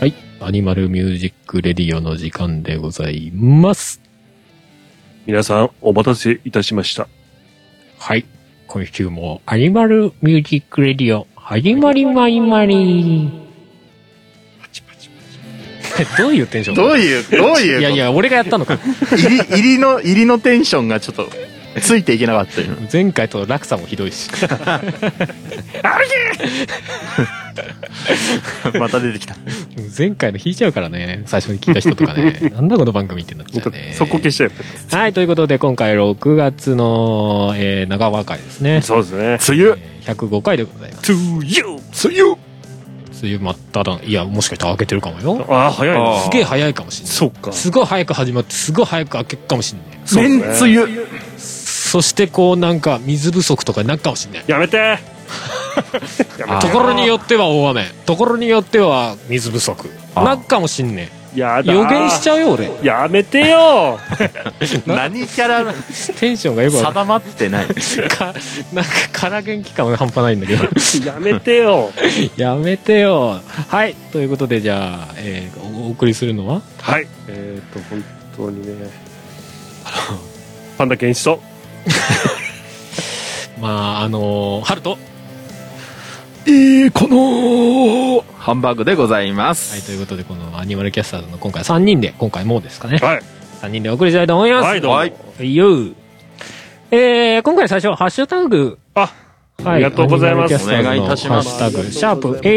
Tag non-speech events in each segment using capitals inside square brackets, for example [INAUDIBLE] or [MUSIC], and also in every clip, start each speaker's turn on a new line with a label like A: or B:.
A: はい。アニマルミュージックレディオの時間でございます。
B: 皆さん、お待たせいたしました。
A: はい。今週もアニマルミュージックレディオ、始まりまいまり。パチパチパチ。 [LAUGHS] どういうテンション
C: どう [LAUGHS] いう、どういうこと
A: いやいや、俺がやったのか。
C: 入り、入りの、入りのテンションがちょっと、ついていけなかったよ。
A: 前回と落差もひどいし。
C: また出てきた。
A: 前回の引いちゃうからね、最初に聞いた人とか
B: [LAUGHS]
A: ね。なんだこの番組ってなっちゃうね。
B: そこ消しちゃえばよかっ
A: はい、ということで今回6月の、えー、長和会ですね
B: た。そうですね。
C: 梅雨
A: えー105回でございます。
B: To you! To you!
A: 梅雨真っ只中いや、もしかしたら明けてるかもよ。
B: ああ、早い
C: あ
B: な。
C: ー
A: すげえ早いかもしんない。
B: そっか。
A: すごい早く始まって、すごい早く明けるかもしんない。
B: そうね
C: めん梅雨
A: そしてこうなんか水不足とかになるかもしんない。
B: やめてやめ
A: と
B: て
A: ころによっては大雨。ところによっては水不足。
C: あー
A: なっかもしんね
B: や
A: え。
B: だ
A: 予言しちゃうよ俺。
B: やめてよ [LAUGHS]
C: 何キャラ
A: テンションがよくわかん
C: 定まってない。
A: [LAUGHS] ないか、なんか空元気感が半端ないんだけど。 [LAUGHS]
B: やめてよ
A: やめてよ。はい。ということで、じゃあ、えーおお送りするのは
B: はい。えっ、ー、と、本当にね、 [LAUGHS] パンダケンシと、
A: まあ、あのー、ハルト。は
C: [LAUGHS] えー、この、ハンバーグでございます。
A: い。ということで、このアニマルキャスターズの今回3人で、今回もうですかね。
B: はい。
A: 3人でお送りしたいと思います。
B: はい、どうも。
C: はい
A: い。よう。えー、今回最初、ハッシュタグ。
B: あ、
A: はい
B: ありがとうございます
A: アニマルキャスターズの
C: お願いいたします
A: ハッシュタグ、シャープ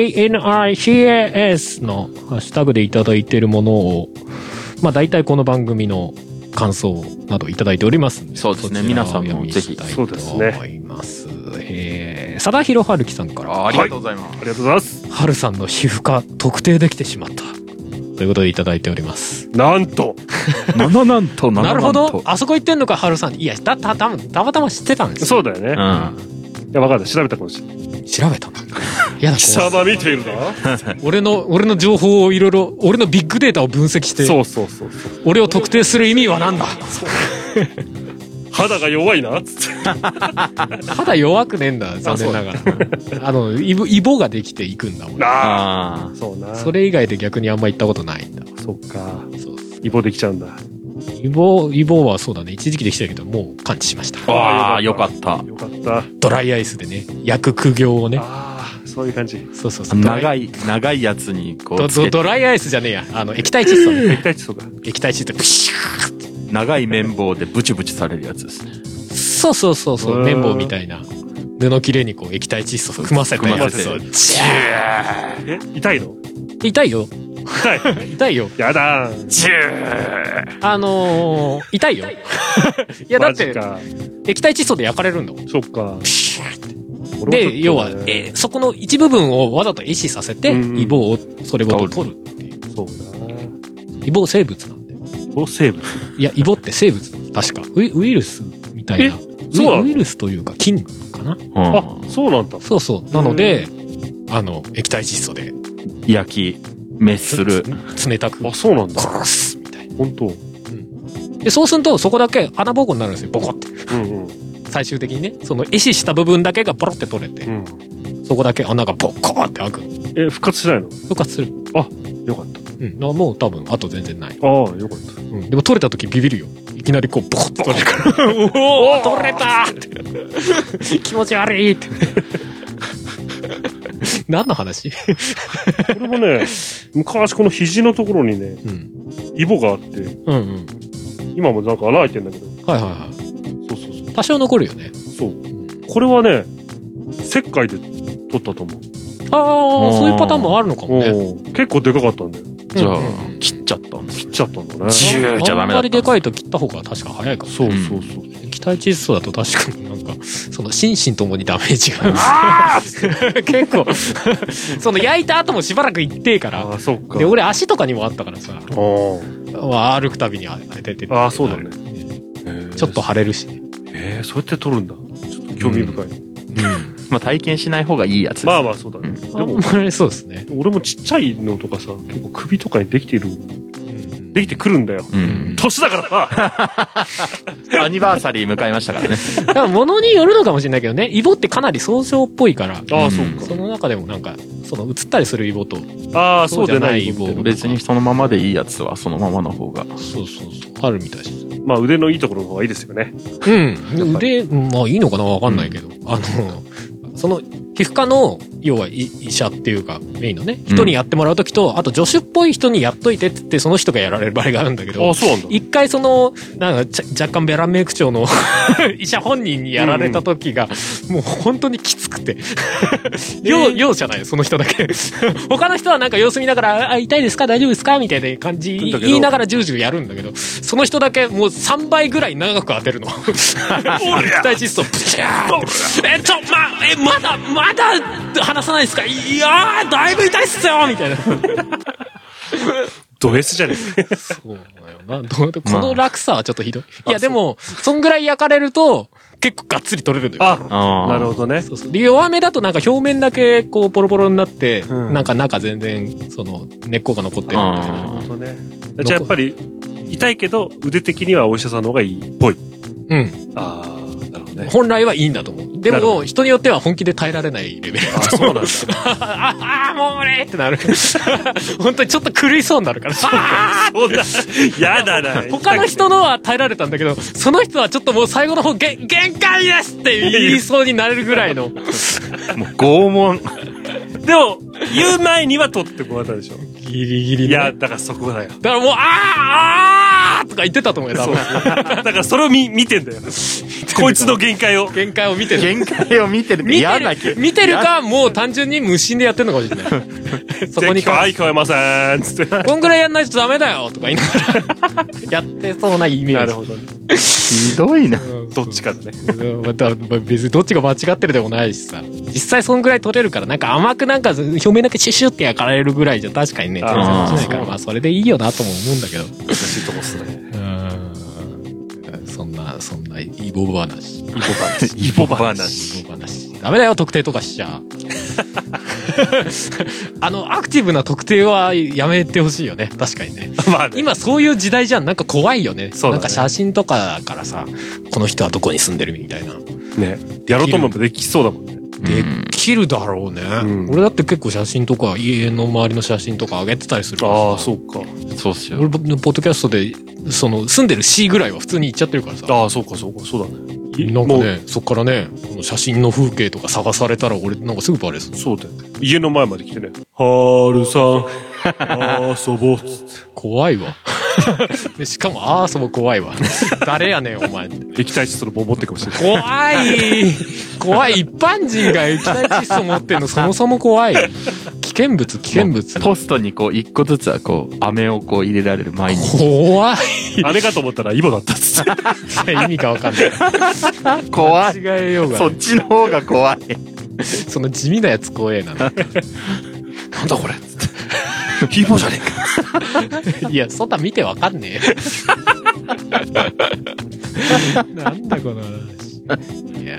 A: ANICAS のハッシュタグでいただいているものを、まあ大体この番組の感想などいただいておりますんで。
C: そうですね
A: そちらを
C: 皆さんもぜひ
A: 読み
B: そう
A: た
B: で
A: いと
B: すね
A: 思います。えー、佐田博春樹さんから。
C: あありがとうございま
B: ありがとうございます。
A: 春さんの皮膚科特定できてしまった。ということでいただいております。
B: なんと、
C: す。なななんとな
A: なるほど。あそこ行ってんのか、春さん。いや、た、た、た、たまたま知ってたんですよ。
B: そうだよね。
C: う
B: い
C: ん。
B: や、わかんない。調べたかもしれない。
A: 調べたの。いやだ、
B: 貴様見ているな。
A: 俺の、俺の情報をいろいろ、俺のビッグデータを分析して、
B: [LAUGHS] そうそうそうそう。
A: 俺を特定する意味は何だ
B: 肌が弱いな。つって
A: 肌弱くねえんだ、残念ながら。あの、イボ、イボができていくんだもん。
B: なあ。
C: あ
B: そうな。
A: そ。れ以外で逆にあんま行ったことないんだ。
B: そっか。
A: そう
B: イボできちゃうんだ。
A: イボ、イボはそうだね。一時期できたけど、もう完治しました
C: あ。。ああ、よかった。
B: よかった。
A: ドライアイスでね、焼く苦行をね。
B: ああ、そういう感じ。
A: そうそうそう。
C: 長い、長いやつに、こ
A: ド
C: う、つ
A: ド
C: け
A: ドライアイスじゃねえや。あの、液体窒素ね。
B: 液体窒素が。
A: 液体窒素。プシュー
C: 長い綿棒でブチブチされるやつですね。
A: そうそうそうそうう。
B: ん
A: 綿棒みたいな。布切れにこう液体窒素を組ませて
C: 組ま
B: せて
A: そうジュ
B: え痛いの
A: ー痛いよ。
B: 痛い。
A: 痛いよ。
B: やだー。
A: あのー、痛
B: [LAUGHS]
A: いよ。いや、だ
B: マ
A: っ
B: ジ
A: て、
B: か。
A: 液体窒素で焼かれるんだもん。
B: そっか。俺もちょっと
A: で、
B: ね
A: 要は、えーそこの一部分をわざと壊死させて、
B: うんうん
A: イボをそれごと取るっていう。
B: そうな。
A: イボ生物なんで。
B: おセーブ。
A: いや、イボって生物なんです確か。ウイウイルスみたいな。
B: えそうなの
A: ウイウイルスというか菌かな
C: う
B: あ、そうなんだ。
A: そうそう。なので、あの、液体窒素で
C: ん。焼き、滅する。
A: 冷たく
B: あ、そうなんだ。
A: 殺すみたいな
B: 本当。う
A: でそうするとそこだけ穴ぼこになるんですよボコって
B: んうん。
A: 最終的にねその壊死した部分だけがボロって取れ
B: う
A: て、
B: ん。
A: そこだけ穴がボコって開く
B: え、復活しないの
A: 復活する
B: よかった。
A: うんなもう多分あと全然ない、
B: ああ、よかった。
A: うん、でも取れた時ビビるよいきなりこうボコッと取れるからおお取れたーって [LAUGHS] 気持ち悪いって何の話、
B: これも [LAUGHS] ね、昔この肘のところにね、
A: うん、
B: イボがあって、
A: うんうん
B: 今もなんか穴開いてんだけど。
A: はいはいはい
B: そうそうそう。
A: 多少残るよね
B: そう。これはね、石灰で取ったと思う。
A: ああそういうパターンもあるのかもね
B: おー結構でかかったんだよ。
C: じゃ
A: うん
C: あ
A: うんうん、
C: 切っちゃったんです。
B: 切っちゃったんだね。
C: ジューじゃ
A: あ
C: ダ
A: んま
C: メだった
A: り
C: んで
A: ですかいと切った方が確か早いかもね
B: そうそうそう。
A: 液体窒素だと確かになんか、その心身ともにダメージが。結構、その焼いた後もしばらく行ってえか
B: あ
A: ら。
B: あ、そっか。
A: で、俺足とかにもあったからさ、
B: あー
A: まあ、歩くたびにあ出てて
B: あー、そうだね。
A: ちょっと。腫れるしね。
B: えー、そうやって取るんだ。興味深い。
A: うん。
C: まあ、体験しない方がいいやつです
B: まあまあそうだね。で
A: あん
B: も、
A: まりそうですね。
B: 俺もちっちゃいのとかさ、結構首とかにできてる、できてくるんだよ。
C: うん。
B: 年だからさ、
C: アニバーサリー迎えましたからね。
A: だから物によるのかもしれないけどね、イボってかなり総称っぽいから、
B: ああ、そ
A: そうの中でもなんか、その映ったりするイボと、
B: か。ああ、そうでない。
A: そうじゃない
C: 別にそのままでいいやつはそのままの方が。
A: そうそうそう、あるみたいです。
B: まあ腕のいいところの方がいいですよね。
A: うん。腕、まあいいのかなわかんないけど、あの、その、皮膚科の、要はい医者っていうか、メインのね、人にやってもらうときと、あと助手っぽい人にやっといてって言って、その人がやられる場合があるんだけ
B: あ
A: ど
B: あ、、そうなんだ。
A: 一回その、なんかちゃ、若干ベランメイク長の [LAUGHS] 医者本人にやられた時が、もう本当にきつ
B: [LAUGHS]
A: くて。容、容赦ないよ、その人だけ。 [LAUGHS] 他の人はなんか様子見ながら、あ、痛いですか大丈夫ですかみたいな感じ
B: だけど
A: 言いながらジュージューやるんだけど、その人だけもう3倍ぐらい長く当てる
B: [LAUGHS]
A: の。肉体窒素、ブシャーってえ、ちょ、ま、え、まだ、まだ話さないですかいやー、だいぶ痛いっすよみたいな。
B: ド S じゃねえ。
A: そうだよな。どうこの落差はちょっとひどい。いや、でも、そんぐらい焼かれると、結構がっつり取れるのよ。
B: あ、
C: あ
B: なるほどね。
A: そうそう。で、弱めだとなんか表面だけこうポロポロになって、
B: うん
A: なんか中全然、その、根っこが残ってるみたいな。
B: なるほどね。
A: ん
B: じゃあやっぱり、痛いけど、腕的にはお医者さんの方がいいっぽい。
A: うん。
B: ああ、なるほどね。
A: 本来はいいんだと思う。で
B: なるほ
A: も、人によっては本気で耐えられないレベル。
B: あ [LAUGHS] そうなんだ。
A: あ、 [LAUGHS] あー、もう俺って [LAUGHS] なる。本当にちょっと狂いそうになるから。あー
B: そんな、やだな。
A: 他の人のは耐えられたんだけど、その人はちょっともう最後の方、げ限界ですって言いそうになれるぐらいの。
C: もう拷問。
B: でも、言う前には取ってこられたでしょ。
A: ギリギリ、
B: い
A: ね。
B: や、だからそこだよ。
A: だからもう、あーあーとか言ってたと思うよ、多
B: そう。
A: 分。
B: [LAUGHS] だからそれを見、見てんだよ。こいつの限界を。
A: 限界を見てる。
C: 限界を見てる。
A: 見
C: 嫌
A: て
C: な気
A: る見てるか、もう単純に無心でやってんのかもしれない。 [LAUGHS] そこに
B: で
A: か、
B: はい、聞こえません。つって。
A: こんぐらいやんないとダメだよとか言いながら、 [LAUGHS] やってそうなイメージ。
B: [LAUGHS] なるほどね。
C: ひどいな。
A: うん
B: どっちかだね。
A: うんまたま別にどっちが間違ってるでもないしさ実際そんぐらい取れるからなんか甘くなんか表面だけシュシュって焼かれるぐらいじゃ確かにね全
B: あー
A: 然落ちないから
B: そう
A: まあそれでいいよなとも思うんだけど
B: 難しいとこっすね。
A: うんそんなそんなイボ話
B: イボ話。イボ話。
A: イボ話ダメだよ特定とかしち [LAUGHS] ゃあのアクティブな特定はやめてほしいよね確かにね
B: まあね、
A: 今そういう時代じゃんなんか怖いよね
B: そうだね
A: なんか写真とかからさこの人はどこに住んでるみたいな
B: ね、やろうと思えばできそうだもんね。
A: できるだろうね、
B: うん
A: 俺だって結構写真とか家の周りの写真とか上げてたりするからさ
B: ああ、そうか。
C: そうっすよ。
A: 俺ポッドキャストでその住んでる市ぐらいは普通に行っちゃってるからさ
B: ああ、そうか、そうか、そうだね。い
A: なんか
B: も
A: ねそっからねこの写真の風景とか探されたら俺なんかすぐバレる
B: うそうだよ。家の前まで来てね。はるさん、遊ぼう。
A: 怖いわ [LAUGHS] でしかもああそも怖いわ [LAUGHS] 誰やねんお前
B: 液体窒素のボンボンってかも [LAUGHS] しれない。
A: 怖い怖い一般人が液体窒素持って [LAUGHS] んのそもそも怖い危険物危険物
C: ポストにこう、一個ずつはこう、飴をこう入れられる前に。
A: 怖い
B: あれかと思ったらイボだったっつって。
A: 意味がわかんない
C: 怖い。
A: 間違えようがない
C: そっちの方が怖い。
A: その地味なやつ怖え [LAUGHS] な。なんだこれ
C: イボじゃねえか。
A: いや、そんな見てわかんねえ。 [LAUGHS] なんだこの話。いや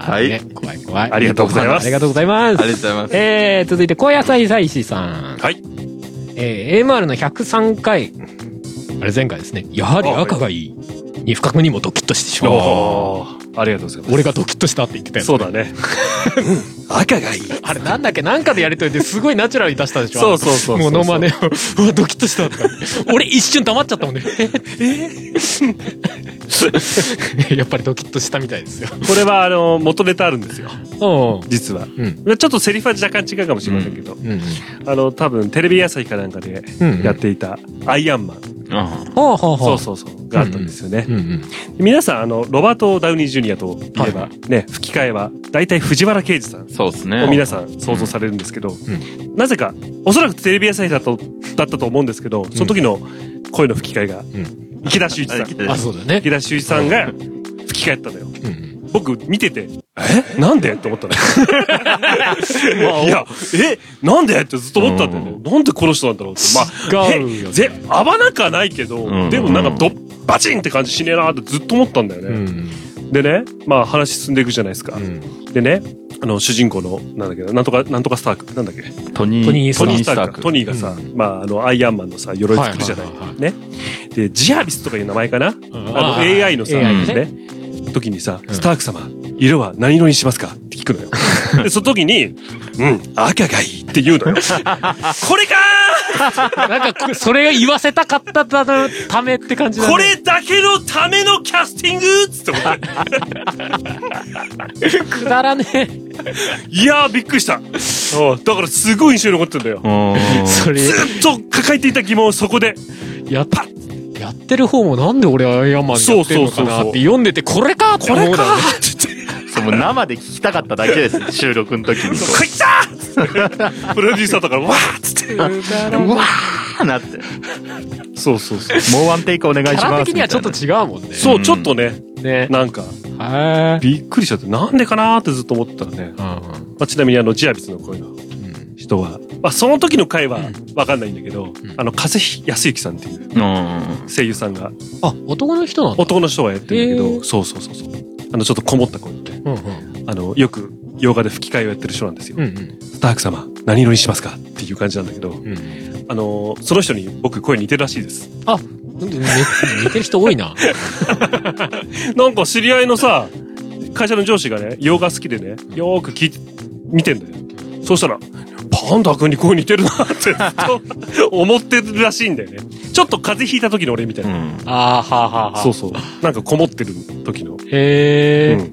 A: ー、
C: はい
A: ね怖い怖い。
B: ありがとうございます
A: ありがとうございま
C: ありがとうご
A: す。
C: ざいます。
A: えー、続いて、高野菜祭司さん。
B: はい。
A: えー、AMR の103回。あれ前回ですね。やはり赤がいい。に不覚にもドキッとしてしまう。
B: ありがとうございます。
A: 俺がドキッとしたって言ってたやつ
B: そうだね。 [LAUGHS] 赤がいい。
A: あれなんだっけなんかでやりとりですごいナチュラルに出したでしょ
B: そうそうそうそう
A: モノマネを。うわ、ドキッとしたとか。俺一瞬黙っちゃったもんね。え [LAUGHS] やっぱりドキッとしたみたいですよ。
B: これは、あの、元ネタあるんですよ。
A: う
B: 実は。
A: ん。うん。
B: ちょっとセリフは若干違うかもしれませんけど、
A: うん。
B: あの、多分、テレビ朝日かなんかで
A: うん
B: やっていた、アイアンマン。
C: うん
A: ほうほうほ。
B: そううそうそう。があったんですよね
A: う。ん
B: 皆さん、あの、ロバート・ダウニー・ジュニアといえば、
A: は
B: ね、吹き替えは、大体藤原啓治さん
C: そうっすね
B: を。皆さん想像されるんですけど、
A: ん
B: なぜか、おそらくテレビ朝日だとだったと思うんですけど、その時の声の吹き替えが、
A: ん
B: 池田修一さん。
A: うん。あ、そうだね
B: 池。田修一さんが吹き替えたのよ。
A: うん。
B: 僕見てて、えなんでって思った
A: [LAUGHS]
B: の。いや、えなんでってずっと思ったんだよね。なんでこの人なんだろうって。まあ、
A: 違うよ
B: へぜ、合わなくはないけど、
C: うん
B: でもなんかどっ、バチンって感じしねえなってずっと思ったんだよね。
A: うん。
B: でね、まあ話進んでいくじゃないですか。
A: うん
B: でね、あの、主人公の、なんだっけ、なんとか、なんとかスターク、なんだっけ、
C: トニー・
A: トニース
B: トニー・スタ
A: ターク
B: ーク、トニーがさ、まあ、あの、アイアンマンのさ、鎧作るじゃない。
A: はいはいはいは
B: ね。で、ジハビスとかいう名前かな、あの、
A: あー
B: AI のさ、
A: AI
C: ね
B: ね、時にさ、
A: うん
B: スターク様、色は何色にしますかって聞くの [LAUGHS] よ。で、その時に、うん、赤がいいって言う [LAUGHS] のよ。これか
A: なんか、それが言わせたかったためって感じだ
B: ー
A: ね
B: これだけのためのキャスティングつって思って。 [LAUGHS]
A: くだらねえ。
B: いやー、びっくりした。うんだからすごい印象に残ってんだよ。
A: それ、
B: ずっと抱えていた疑問をそこで。
A: やっやってる方もなんで俺アイアンマンやってるのかなって読んでて、これかって
B: こ
A: 思
B: れ
A: う
B: か
A: だろうね。
B: ーって言って。
D: そうもう生で聞きたかっただけ
B: [LAUGHS]
D: です。収録の時に。
B: こいつだプロデューサーとか、わーっつって。
D: うわーなって。
B: そう [LAUGHS] そうそう。
D: もうワンテイクお願いし
A: キ
D: ます。
A: ャラ的にはちょっと
D: みたい
A: 違うもんね。
B: そうう、
D: ん
B: ちょっとね、
A: ね。
B: なんか、
A: へ
B: びっくりしちゃって、なんでかなーってずっと思ってたらね。ま
A: うん
B: あ、ちなみにあの、ジアビスの声の人は、まあ、その時の回はわかんないんだけど、あの、風邪康之さんっていう
C: うん
B: 声優さんが、
A: あ、男の人なんだ。
B: 男の人がやってるんだけ
A: へ
B: ど、
A: ー
B: そうそうそうそう。あの、ちょっとこもった声で、
A: うんうん。
B: あの、よく、洋画で吹き替えをやってる人なんですよ。
A: うんうん。
B: スターク様、何色にしますかっていう感じなんだけど、
A: うん。
B: あのーその人に僕声似てるらしいです。
A: あ、なんでね似てる人多
B: [LAUGHS]
A: いな。
B: なんか知り合いのさ、会社の上司がね、洋画好きでね、よーく聞いて、見てんだよ。そうしたら、パンダ君に声似てるなってずっと思ってるらしいんだよね。ちょっと風邪ひいた時の俺みたいな。
D: な。
A: あーはあはあはあ。
B: そうそう。なんかこもってる時の。
A: へえ。
B: うん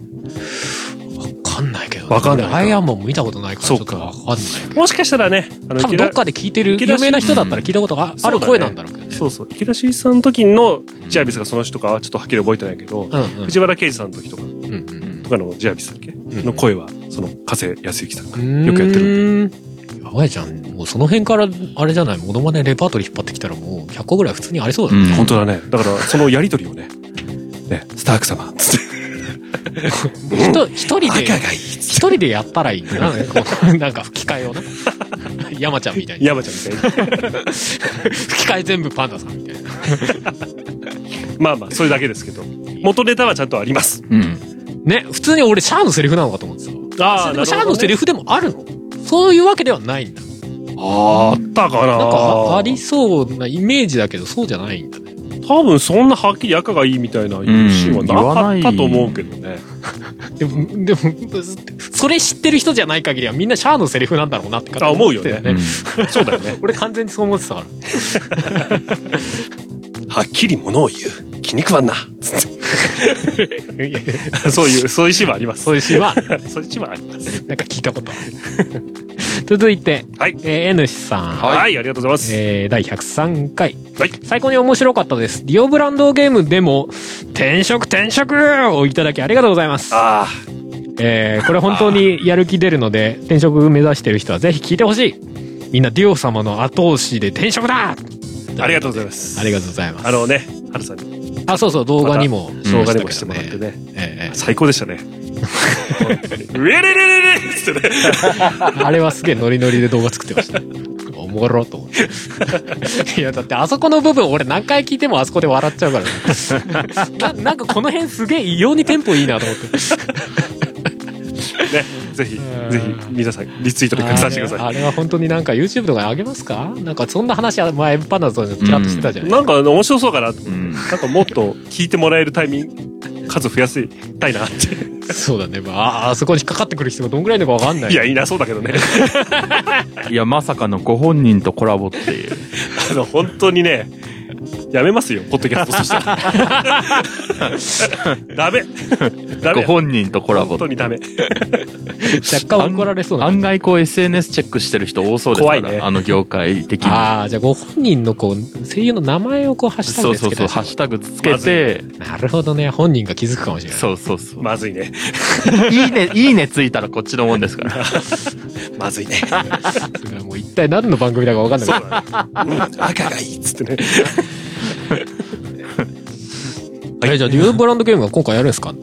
A: わかんないけどね。
B: わかんないか
A: 俺アイアンマンも見たことないから、ち
B: そ
A: ょっ
B: うか
A: とわかんないけど。
B: もしかしたらね、あの
A: 多分
B: 池田
A: どっかで聞いてる、
B: 池田
A: 有名な人だったら聞いたことがある声なんだろうけどね。
B: そうそう。池田修一さんの時のジアビスがその人かはちょっとはっきり覚えてないけど、
A: うんうん。
B: 藤原啓治さんの時とか、
A: うんうん
B: とかのジアビスだっけ、
A: うん
B: の声は、その、加瀬康之さんが
A: うん。
B: よくやってるんで。
A: る。やばいじゃん。もうその辺から、あれじゃない、モノマネレパートリー引っ張ってきたらもう100個ぐらい普通にありそうだね。
B: 本当だね。だから、そのやりとりをね、ね、スターク様、つって、
A: ひと一人で、
B: 赤がいい、
A: 一人でやったらいいんだな。こうなんか吹き替えを [LAUGHS] な。山ちゃんみたいに。
B: 山ちゃんみたいに。
A: 吹き替え全部パンダさんみたいな。
B: まあまあ、それだけですけど。元ネタはちゃんとあります。
C: うん
A: ね、普通に俺シャアのセリフなのかと思ってたわ。
B: あ
A: でもシャアのセリフでもあるのそういうわけではないんだ。
B: あったかな
A: なんかあありそうなイメージだけど、そうじゃないんだね。
B: 多分そんなはっきり赤がいいみたいなシーンはなかったと思うけどね。
A: でも、でも、それ知ってる人じゃない限りはみんなシャアのセリフなんだろうなって勝手にってた
B: あ思うよ
C: うん。
B: そうだよね。
A: [LAUGHS] 俺完全にそう思ってたから。
B: はっきりものを言う。気に食わんな。つって。 [LAUGHS] そういう、そういうシーンはあります。
A: そういうシーンは、
B: そういうシーンはあります。
A: なんか聞いたことある [LAUGHS] 続いて、
B: はい。
A: えー、N さん。
B: はい、ありがとうござい
A: えー第103回、
B: はい
A: 最高に面白かったですリオブランドゲームでも転職転職をいただきありがとうございま
B: ます。
A: す、
B: ああ。
A: えーこれ本当にやる気出るので転職目指してる人はぜひ聞いてほしいみんなデュオ様の後押しで転職だあ
B: ありがとうございます。
A: りがとうございます
B: あのね、ハルさんに
A: あそうそう動画にも
B: 動画でもしてもらってね。
A: えー
B: 最高でした [LAUGHS] ね。ウェレレレレってね。
A: あれはすげえノリノリで動画作ってましたねおもろと思っ
B: [LAUGHS]
A: ていやだってあそこの部分俺何回聞いてもあそこで笑っちゃうからね [LAUGHS] ななんかこの辺すげえ異様にテンポいいなと思
B: [LAUGHS]
A: って
B: ねぜひ、
A: うん
B: ぜひ、皆さん、リツイートで拡散してくださ
A: あれあれは本当になんか YouTube とかに上げますかなんかそんな話は前パンダさんでちらっとしてたじゃ
B: い。
A: ない、
B: なんか、面白そうかなと思って。
D: うん
B: なんか、もっと聞いてもらえるタイミング、数増やせたいなって。
A: そうだね。まあ、あそこに引っかかってくる人がどんぐらいいるのかわかんない。
B: いや、いなそうだけどね。
C: いや、まさかのご本人とコラボっていう。
B: あの、本当にね、やめますよ、ポッドキャストとしたら。ダメ。ダ
C: ご
B: メ。
C: 本人とコラボ
B: 本当にダメ。
A: 若干怒られそうな。
C: 案外こう SNS チェックしてる人多そうですから、
B: 怖いね
C: あの業界的に。
A: ああ、じゃあご本人のこう、声優の名前をこう、ハッシュタグ
C: そ
A: でつ
C: う
A: けた
C: そうそう、
A: り
C: ハッシュタグつけて、
A: なるほどね。本人が気づくかもしれない。
C: そうそうそう。
B: まずいね。
C: いいね、いいねついたらこっちのもんですから。
B: まずいね。
A: それはもう一体何の番組だかわかんない
B: そうだね。うん赤がいいっつってね。
A: えじゃあ、デュオブランドゲームは今回やるんですか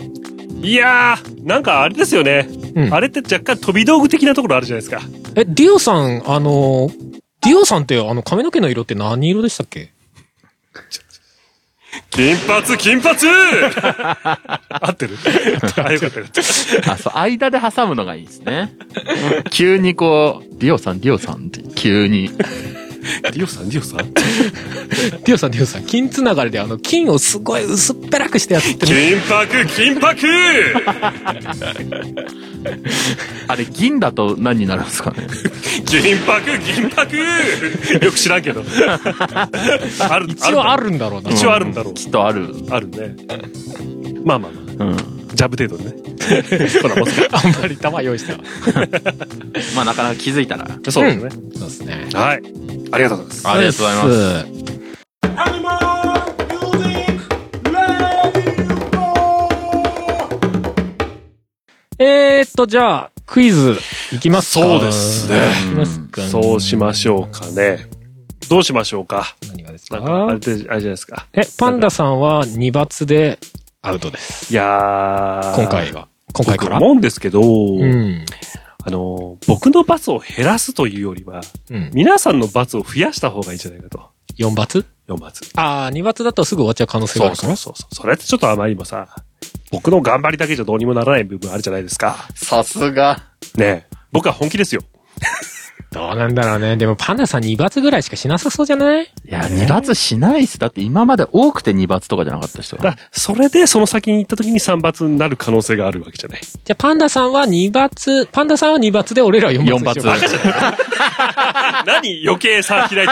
B: いやー、なんかあれですよね。
A: うん
B: あれって若干飛び道具的なところあるじゃないですか。
A: え、ディオさん、あの、ディオさんってあの髪の毛の色って何色でしたっけ
B: 金髪、金髪 [LAUGHS] 合ってる [LAUGHS] あ、よかったよかった。
C: [LAUGHS] あ、そう、間で挟むのがいいですね。
D: 急にこう、リオさん、リオさんって、急に。
B: リオさん、リオさん。
A: リオさん、リオさん、金つながりであの、金をすごい薄っぺらくしてやってる。
B: 金箔、金箔
C: あれ、銀だと何になるんですかね。
B: 銀箔、銀箔よく知らん [LAUGHS] けど。ある、
A: 一応あ
B: る。
A: るんだろうな。
B: 一応あるんだろう。
C: きっとある。
B: あるね。まあまあまあ。
C: うん。
B: ジャブ程度で [LAUGHS] ね。ほら、もう
A: あんまり玉用意してなかっ
C: まあ、なかなか気づいたら。あり
B: そうですね。
A: たそうですね。
B: はい。ありがとうございます。
C: がとうございま
A: す。
C: す。
A: えーっと、じゃあ、クイズ、いきますか
B: そうですね
A: いきますか。
B: そうしましょうかね。どうしましょうか。
A: 何がです
B: なんか、あ
A: か
B: れであれじゃないですか。
A: え、パンダさんは2罰でアウトです。
B: いやー。
A: 今回。が。今回
B: 僕
A: から。
B: 思うんですけど、
A: うん。
B: あの、僕の罰を減らすというよりは、
A: うん。
B: 皆さんの罰を増やした方がいいんじゃないかと。
A: 4罰
B: 4罰。
A: ああ、2罰だとすぐ終わっちゃう可能性が
B: そ
A: あ
B: う
A: るか
B: そうそ
A: ら。
B: うそう。それってちょっとあまりにもさ、僕の頑張りだけじゃどうにもならない部分あるじゃないですか。
D: さすが。
B: ねえ僕は本気ですよ。
A: どうなんだろうね。でもパンダさん2罰ぐらいしかしなさそうじゃない
C: いや、二罰しないっす。だって今まで多くて二罰とかじゃなかった人が。
B: だそれでその先に行った時に3罰になる可能性があるわけじゃ
A: [LAUGHS]
B: ない。
A: じゃあパンダさんは2罰、パンダさんは2罰で俺らは4
C: 四
A: 罰
C: 罰
A: でしょ。。
B: 何余計差開
A: [LAUGHS]
B: いてる。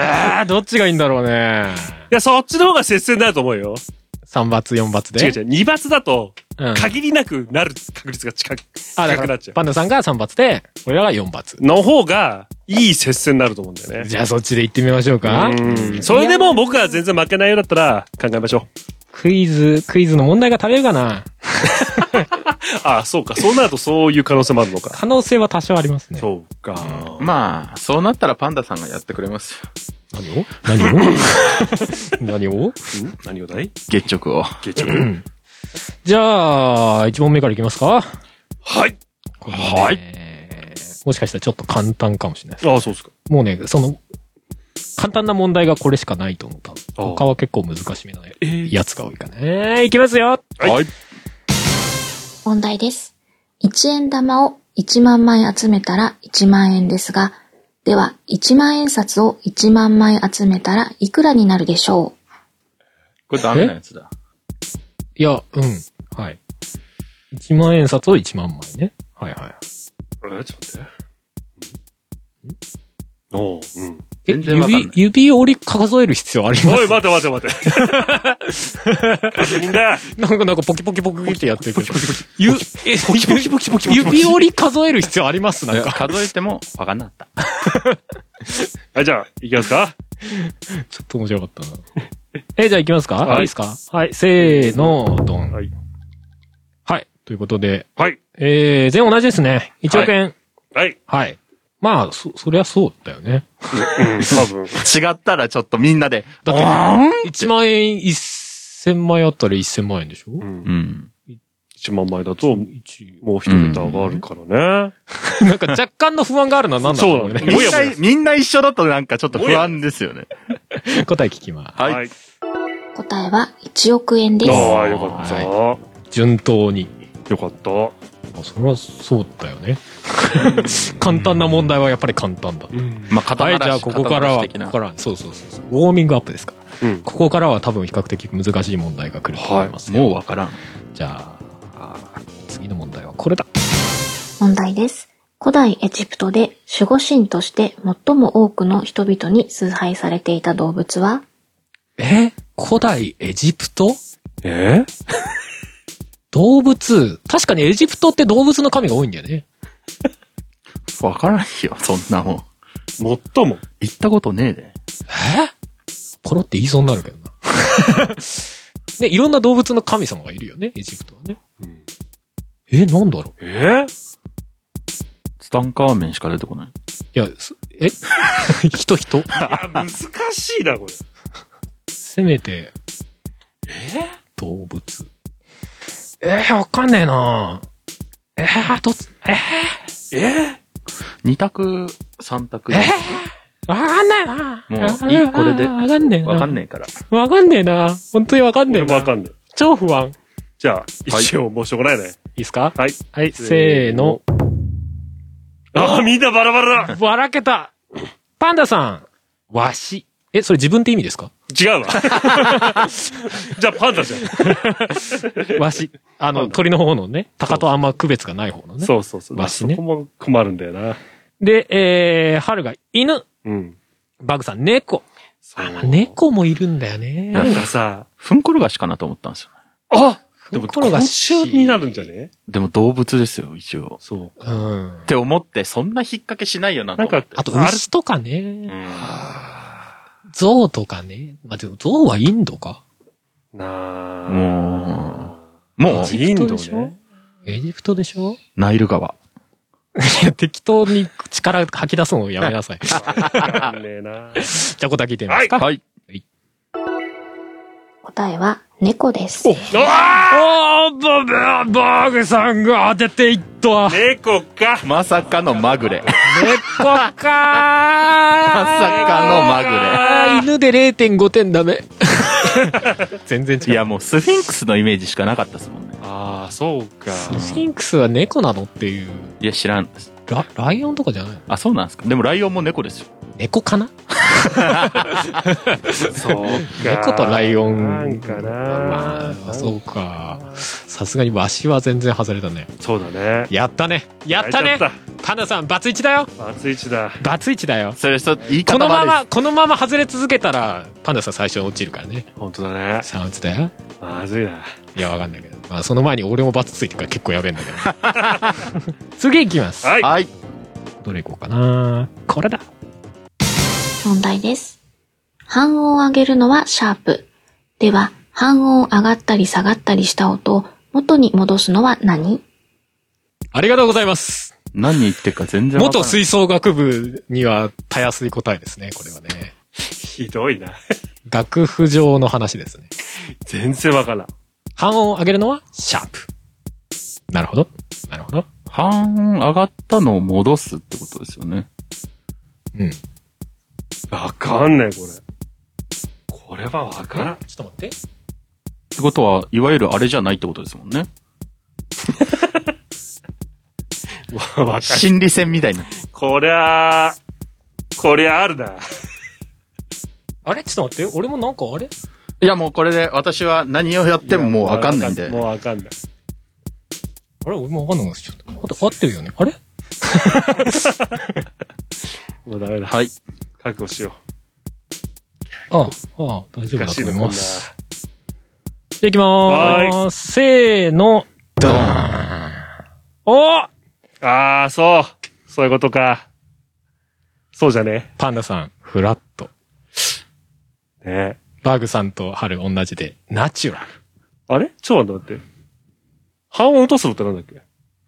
A: ああ、どっちがいいんだろうね。
B: いや、そっちの方が接戦になると思うよ。
A: 3罰、4罰で。
B: 違う違う。2罰だと、
A: うん
B: 限りなくなる確率が近く、
A: あ、だ
B: 近
A: か
B: くな
A: ら
B: っちゃ
A: パンダさんが3罰で、俺らが4罰
B: う。。の方が、いい接戦になると思うんだよね。
A: じゃあそっちで行ってみましょうか。
B: うん。それでも僕は全然負けないようだったら、考えましょう。
A: クイズ、クイズの問題が足りるかな
B: ああ、そうか。そうなるとそういう可能性もあるのか。
A: 可能性は多少ありますね。
B: そうか。
C: [LAUGHS] まあ、そうなったらパンダさんがやってくれますよ。
A: 何を
B: [LAUGHS]
A: 何を何を
B: 何をだい
C: 月直を。
B: 結局。
A: じゃあ、1問目からいきますか。
B: はい。
C: はい。
A: えーもしかしたらちょっと簡単かもしれないです。
B: ああ、そうですか。
A: もうね、その、簡単な問題がこれしかないと思った。
B: ああ
A: 他は結構難しめな
B: えー
A: やつが多いかね。いきますよ
C: はい。
E: 問題です。1円玉を1万枚集めたら1万円ですが、では1万円札を1万枚集めたらいくらになるでしょ
C: これダメなやつだ。
A: いや、うん。はい。1万円札を1万枚ね。はいはい。
B: え、ちょっと待って。おう、うん。
A: え
C: 全然わかんない
A: 指、指折り数える必要ありま
B: おい、
A: す
B: 待て待て待 [LAUGHS] て。確認だ。
A: なんか、なんか、ポキポキポキってやってるけど。ゆ、え、ポキポキポキポキ指折り数える必要ありますなん
C: いや
A: か。
C: 数えてもわかんなかった。
B: はい、じゃあ、いきますか。
A: ちょっと面白かったな。え、じゃあ行きますか
B: はい
A: いいですかはい、せーの、ドン。
B: はい。
A: はい。ということで、
B: はい。
A: えー、全員同じですね。1億円。
B: はい。
A: はい。まあ、そ、そりゃそうだよね。
B: うん、多分。
D: 違ったらちょっとみんなで、
A: だって
D: おーん
A: 1万円1000枚あったら1000万円でしょ、
B: う。
C: うんん。
B: 1万枚だと、もう一桁上がるからね。
A: [LAUGHS] なんか若干の不安があるのは何だろう
B: そうだね
A: ね。
D: み
B: も
D: ん
B: やも
D: な
B: や、
D: みんな一緒だとなんかちょっと不安ですよね。
A: 答え聞きます。
C: はい
B: はい。
E: う答えは1億円です。
B: ああ、よかった。よ
A: 順当に。
B: かった。
A: あそれはそうだよね。簡単な問題はやっぱり簡単だ。
B: うん。
C: まあ、肩
A: は
C: 慣
A: い、じゃ
C: ら
A: あ
C: し、
A: ここからは、
C: 肩慣らし
A: こ
C: 的な
A: こからは、そうそうそうそう。ウォーミングアップですから。
B: うん。
A: ここからは多分比較的難しい問題が来ると思いますよ、
C: もうわからん。
A: じゃあ、次の問題はこれだ。
E: 問題です。古代エジプトで守護神として最も多くの人々に崇拝されていた動物は
A: え古代エジプト
B: え
A: 動物。確かにエジプトって動物の神が多いんだよね。
C: わからんよ、そんなもん。
B: もっとも。
C: 行ったことねえで。
A: えポロって言いそうになるけどな。 [LAUGHS] ね、いろんな動物の神様がいるよね、エジプトはね。え、なんだろう
B: え
C: ツタンカーメンしか出てこない。
A: いや、すえ [LAUGHS] 人人
B: あ、難しいな、これ。
A: せめて、え動物。えー、わかんねえなえー、どっち、え
B: え
C: 二択、三択。
A: ー、えー、わかんないな
C: もういいこれで
A: わかんねえな。
C: わかんねえから。
A: わかんねえな。本当にわかんねえ
B: 俺もわ
A: な。
B: かんない。
A: 超不安。い
B: じゃあ、
C: はい
B: 一応もうしょうがないね。
A: いですか
B: はい。
A: はい、せーの。
B: ああ、みんなバラバラだ
A: ばらけたパンダさんわし。え、それ自分って意味で
B: [LAUGHS]
A: すか
B: 違うわ。じゃあ、パンダじゃん。
A: わし。あの、鳥の方のね、鷹とあんま区別がない方のね。
B: そうそうそう。
A: わしね
B: そこも困るんだよな。
A: で、えー、春が犬。
B: うん。
A: バグさん、猫。
B: そう
A: 猫もいるんだよ
B: な
A: ね。
B: んかさ、
C: ふんころがしかなと思ったんですよ。
B: あで
A: でも
B: も、
A: ところが
B: 今週になるんじゃね
C: でも動物ですよ、一応。
B: そう。
A: うん
C: っ。て思って、そんな引っ掛けしないよなと思って。
B: なんか
A: あと、
B: あれ
A: 牛とか
C: う
A: ね。
C: ん
A: 象とかね。まあ、でも象はインドか。
B: なあ。
C: もう、もう、
B: インド
A: でしょ
B: ね。
A: エジプトでしょ [LAUGHS]
C: ナイル川。
A: いや適当に力吐き出すのやめ
B: [LAUGHS]
A: なさい。じゃ
B: わかんねえな。
A: あ答え聞いてみますか。
C: はい。
E: 答えは猫です。
B: あ
A: おーバババーグさんが当ててい [LAUGHS] った
B: あ猫か。
C: まさかのまぐれ。
A: 猫かー
C: まさかのまぐ
A: あー犬で0.5点ダメ。 [LAUGHS] 全然
C: れ。い
A: 違う。
C: や、もうスフィンクスのイメージしかなかったですもんね。
B: ああ、そうか。
A: スフィンクスは猫なのっていう。
C: いや、知らんです。
A: ラライオンとかじゃないの
C: あ、そうなんですか。でもライオンも猫ですよ。
A: 猫かな
B: そうか。
A: 猫とライオン。
B: なんかな。
A: まあ、そうか。さすがにわしは全然外れたね。
B: そうだね。
A: やったね。やったね。
B: やっ
A: パンダさん、バツイチだよ。
B: た。熱い位置だ。
A: バツイチだよ。
C: それ、そう、言い
A: こ
C: 方
A: のま
C: 悪いで
A: ま、このまま外れ続けたら、パンダさん最初に落ちるからね。
B: 本当だね。
A: さあ、落ちたよ。
B: まずいな。
A: いや、わかんないけど。まあ、その前に俺もバツついてるから結構やべえんだけど。 [LAUGHS] 次行きます。
B: はい
C: す。。はい。
A: どれ行こうかな。これだ。
E: 問題です。半音を上げるのはシャープ。では、半音上がったり下がったりした音を元に戻すのは何
A: ありがとうございます。
C: 何言ってるか全然わかん
A: 元
C: ない。
A: 吹奏楽部にはたやすい答えですね、これはね。
B: ひどいな。
A: 楽譜上の話ですね。
B: 全然わからん。
A: 半音を上げるのはシャープ。なるほど。なるほど。
C: 半音上がったのを戻すってことですよね。
A: うん。ち
B: わかんない、これ。これはわからん。
A: ょっと待って。
C: ってことは、いわゆるあれじゃないってことですもんね。
B: わわかる。
C: [LAUGHS] 心理戦みたいな。
B: こりゃあ、こりゃあるな。
A: あれちょっと待って。俺もなんかあれ
C: いや、もうこれで私は何をやってももうわかんないんで。
B: もうわかんない。
A: あれ俺もわかんなくなっちゃった。待って合ってるよね。あれ
B: もうダメだ。
C: はい。
B: 覚悟しよ
A: ああ、ああ、大丈夫
B: う。
A: だ
B: 難
A: と
B: しい
A: 思
B: ないこん
A: ま
B: な。
A: す。じゃあ行きまーす。せーの、ドーン。おー
B: ああ、そう。そういうことか。そうじゃね。
A: パンダさん、フラット。
B: ね
A: バーグさんと春同じで、ナチュラル。
B: あれちょ、っと待って。半音落とすのってなんだっけ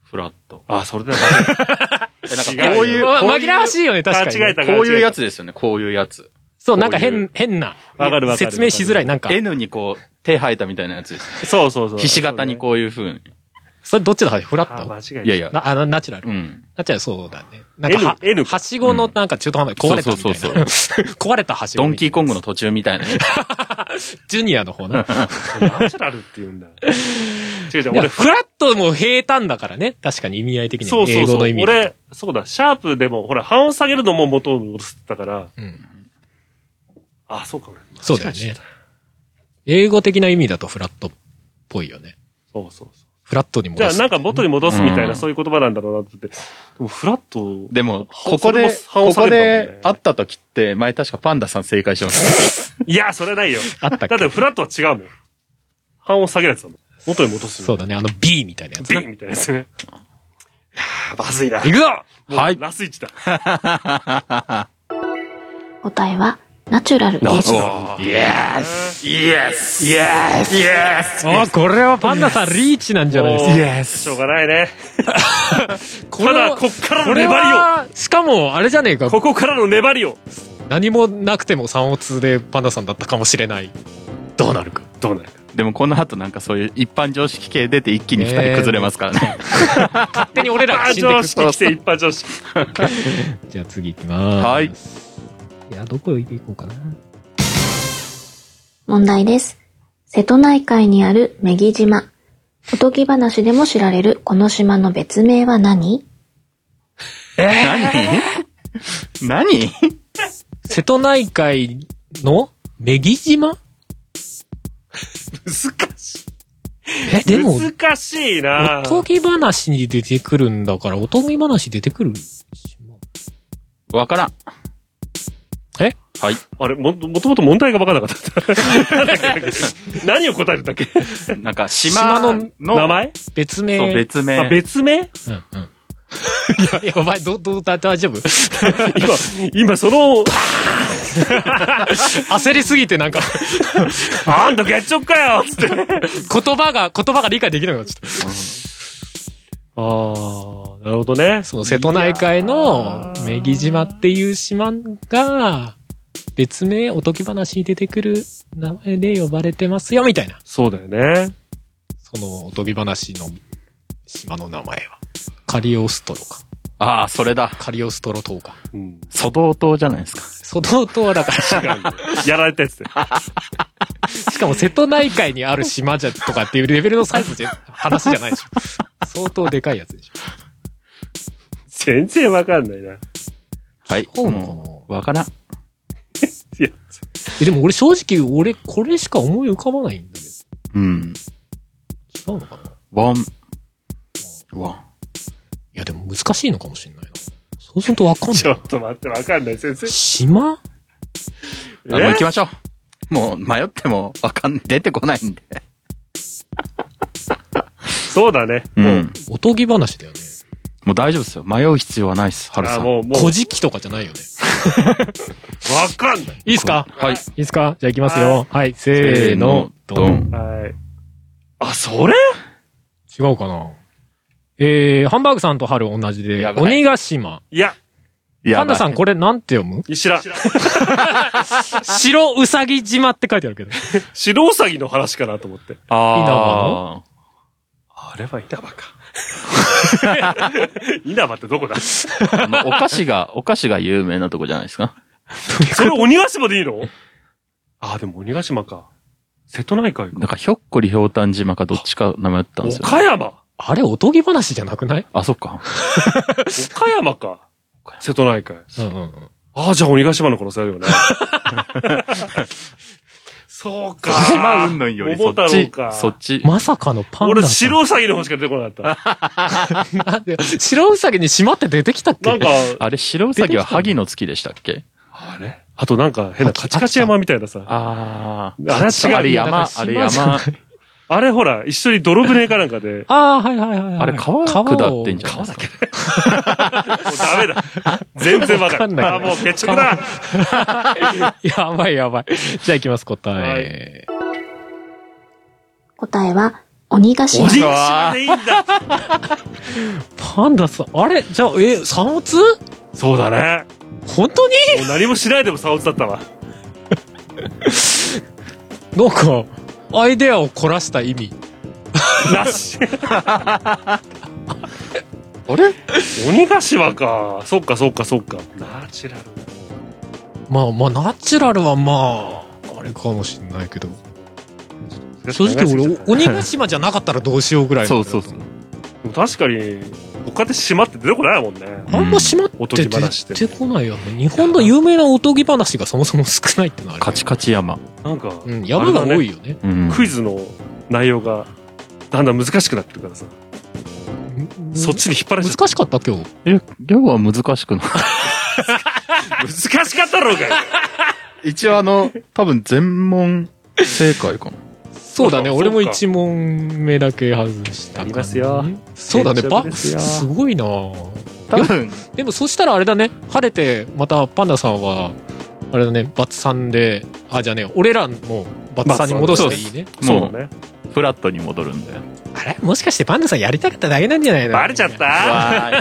C: フラット。
B: あ、それだ。
C: え、なんか
B: 違うよ
C: こういう、
A: ま
C: こう
A: 紛らわしいよね、確かにね。
B: 間違えた
C: こういうやつですよね。こういうやつ。
A: そう、なんか
C: こうい
A: 変、変な。
B: わかるわかる
A: 説明しづらい。なんか、
C: N にこう、手生えたみたいなやつです。
B: そうそうそう。
C: [LAUGHS] ひし形にこういう風に。
A: それどっちだフラ
B: あ、間
A: ッ
B: 違え
C: いやい
B: や。
C: や
A: ト。。な、あの、ナチュラル
C: う。ん。
A: ナチュラルそうだね。なんかは、
B: N
A: はしごの
C: うん
A: なんか中途半端で壊れたみたいな。
C: そうそう
A: [LAUGHS] 壊れたはしご。
C: ドンキーコングの途中みたいな。
A: ジュニアの方な。
B: ナチュラルって言うんだ。違う違う、
A: いや
B: 俺、
A: フラットも平坦だからね。確かに意味合い的には
B: そうそ
A: 英
B: う
A: 語
B: そ
A: の
B: う
A: 意。味で。
B: 俺、そうだ、シャープでも、ほら、半音下げるのも元を戻すって言ったから、
A: うん。
B: あ、そうか、俺。
A: そうだよ
B: 間違え
A: ね
B: ちゃっ。
A: 英語的な意味だとフラットっぽいよね。
B: た。そうそうそ
A: フラットに
B: う。じゃ
A: 戻
B: あ、
A: す。
B: なんか元に戻すみたいな、
C: うん
B: そういう言葉なんだろうなってって。でも、フラット、
C: でも、
B: それ
C: ここで
B: も、半音
C: こ
B: 下
C: こ
B: げるもんね
C: で会った時って、前確かパンダさん正解してます。
B: いや、それないよ。
A: あったっ
B: だって
A: け
B: フラットは違うもん。半音下げるやつだもん。元に戻す。
A: そうだね。あの B みたいなやつ
B: ビ
A: な。
B: ンみたいなやつね。いやー、まずいな。
A: いくぞ
C: は
B: はいい。ラスイチだ。
E: 答えはナチュラルです。
C: イエスイエスイエスイエス
A: あ、これはパンダさんリーチなんじゃないですか
B: もう
C: イエス
B: しょうがないね。
A: こ
B: た
A: れ
B: だ、
A: は
B: こっから
A: こ
B: の
A: れ
B: 粘
A: は、しかも、あれじゃねえ
B: りを。
A: か。
B: ここからの粘りを。
A: 何もなくても3を2でパンダさんだったかもしれない。どうなるか。
B: どうなるか。
C: でもこの後なんかそういう一般常識系出て一気に二人崩れますからね。
A: 勝手に俺らが
B: 一
A: 死ん
B: 般
A: で
B: 常
A: く
B: 識来て、一般常識。
A: じゃあ次行きまーす。
C: はい。
A: ゃあどこ行こうかな。
E: 問題です。瀬戸内海にある女木島。おとぎ話でも知られるこの島の別名は何
C: 何 [LAUGHS] 何
A: 瀬戸内海の女木島
B: [LAUGHS] 難し
A: え、
B: い。
A: でも、
B: 難しいな
A: おとぎ話に出てくるんだから、おとぎ話出てくる島
C: わからん。
A: え
C: はい。
B: あれ、も、もともと問題が分からなかった。何を答えるんだっけ
C: なんか、島の、
B: 名前
A: 別名。
C: そう、別名。
B: あ、別名
A: うんうん。いや、やばい、ど、ど、だ大丈夫
B: 今、今その、
A: 焦りすぎてなんか、 [LAUGHS]
B: あんたやっちょっかよつって。
A: 言葉が、言葉が理解できなくなっちゃった。
B: あー、なるほどね。
A: その瀬戸内海の、女木島っていう島が、別名、おとぎ話に出てくる名前で呼ばれてますよ、みたいな。
B: そうだよね。
A: その、おとぎ話の島の名前は。カリオストロか。
C: ああ、それだ。
A: カリオストロ島か。
B: うん。
C: ソドウ島じゃないですか。
A: ソドウ島はだから
B: 違うんだよやられたやつ [LAUGHS] で。
A: しかも瀬戸内海にある島じゃとかっていうレベルのサイズで話じゃないで [LAUGHS] しょ。相当でかいやつでしょ。
B: 全然わかんないな。
C: はい。
A: そうなの
C: もうわからん。
B: いや、
A: えでも俺正直俺これしか思い浮かばないんだけ
C: うん。
A: ど。違うのかない
C: ワン。ワン。
A: やでも難しいのかもしれないな。そうするとわか
B: [LAUGHS]
A: ん
B: ち
A: な
B: ょ
A: い。
B: っと待って、わかんない、先生。
A: 島
C: あ、もう行きましょう。もう迷ってもわかん [LAUGHS] ない。出てこないんで。
B: そうだね。
C: う
B: もう、
C: ん。
A: おとぎ話だよね。
C: もう大丈夫ですよ。迷う必要はないです。春
B: あ
C: さ
B: ー、
C: ん。
B: もう、もう、
A: 古
B: わ
A: 事記とかじゃないよね。
B: かんない。
A: いいっすか
C: はい。
A: いいですかじゃあ行きますよ。はい、せーの、ド
C: ド
A: ン。
C: ン。
B: はい。あ、それ
A: 違うかなえー、ハンバーグさんと春同じで、
C: やばい
A: 鬼ヶ島。
B: いや、
A: パンダ
C: ん。
A: さんこれなんて読む
B: 知らん。
A: 白うさぎ島って書いてあるけど。
B: 白ウサギの話かなと思って。
C: あ
B: あれは稲葉か。 [LAUGHS] 稲葉ってどこだそ
C: あのお菓子 [LAUGHS] が、お菓子が有名なとこじゃないですか。
B: れ鬼ヶ島でいいのあー、でも鬼ヶ島か。瀬戸内海か。
C: なんか、ひょっこりひょうたん島かどっちか名前だったんですよ、
B: 岡山
A: あれ、おとぎ話じゃなくない
C: あ、そっか。
B: 岡山か。瀬戸内海。
A: うんうんうん。
B: ああ、じゃあ鬼ヶ島の可能性あるよね。 [LAUGHS] そうか。
C: 島云々よりそ
B: 桃
C: っ
B: 太郎
C: ち
B: か。、
C: そっち。
A: まさかのパンダ
B: 俺、
A: さん。
B: 白ウサギの方しか出てこなかっ。
A: なんで [LAUGHS] 白うさぎに島って出てきたった
B: な
A: け
B: んか、
C: あれ、白ウサギは萩の月でしたっけ
B: あれあとなんか変な
A: あき
B: カチカチ山みたいなさ。
C: ああ。
B: あれ違う
C: あれ
A: やだ
C: 山、
A: か
C: あ
A: ら
C: れ
A: 島じゃ
C: 山
A: な、
B: あれほら、一緒に泥船かなんかで。
A: ああ、はいはいはいはい。
C: あれ川下ってんじゃない
A: 川だ
C: です
A: け
C: か。
B: もうダメだ。全然わかんない。
A: わ
B: あ
A: か
B: あー、
A: んない
B: もう決着だ。
A: [LAUGHS] やばいやばい。じゃあ行きます、答え。
E: 答えは、鬼ヶ
B: お
E: 島。
B: じい島でいいんだ。
A: パンダさん、あれじゃあ、え、三物
B: そうだね。
A: 本当に
B: もう何もしないでも竿だったわ。
A: なんか、アイデアを凝らした意味。
B: なし。
C: あれ
B: 鬼ヶ島か。そっかそっかそっか。ナチュラル。
A: まあまあ、ナチュラルはまあ、あれかもしんないけど。正直俺、鬼ヶ島じゃなかったらどうしようぐらいの。
C: [LAUGHS] そうそうそう。
B: でも確かに、他で島って出てこないもんね。
A: あんま島っ
B: おと
A: て
B: ぎ話って
A: 出てこないよね。日本の有名なおとぎ話がそもそも少ないってのはあるよね
C: カチカチ山。
B: なんか、
A: うん、山が
B: あれだね
A: 多いよね。
C: うん。
B: クイズの内容が、だんだん難しくなってるからさ。そっちに引っ張られちゃった
A: 難しかった今日。
C: え、量は難しくない。
B: 難しかったろうがよ。
C: 一応あの、多分全問正解かな。
A: そうだね、
B: そうか
A: 俺も一問目だけ外した、
B: ありますよ。
A: そうだ
B: 大
A: ね、
B: 丈夫
A: パ
B: ですよ
A: すごいな
C: 多分、
A: でもそしたらあれだね、晴れて、またパンダさんは、あれだね、バツさんで、あ、じゃあね、俺らもバツさんに戻していいね。
C: も
B: ね。
C: う、フラットに戻るんで。
A: あれもしかしてパンダさんやりたかっただけなんじゃないの
B: バレちゃっ
C: う
B: た
C: わ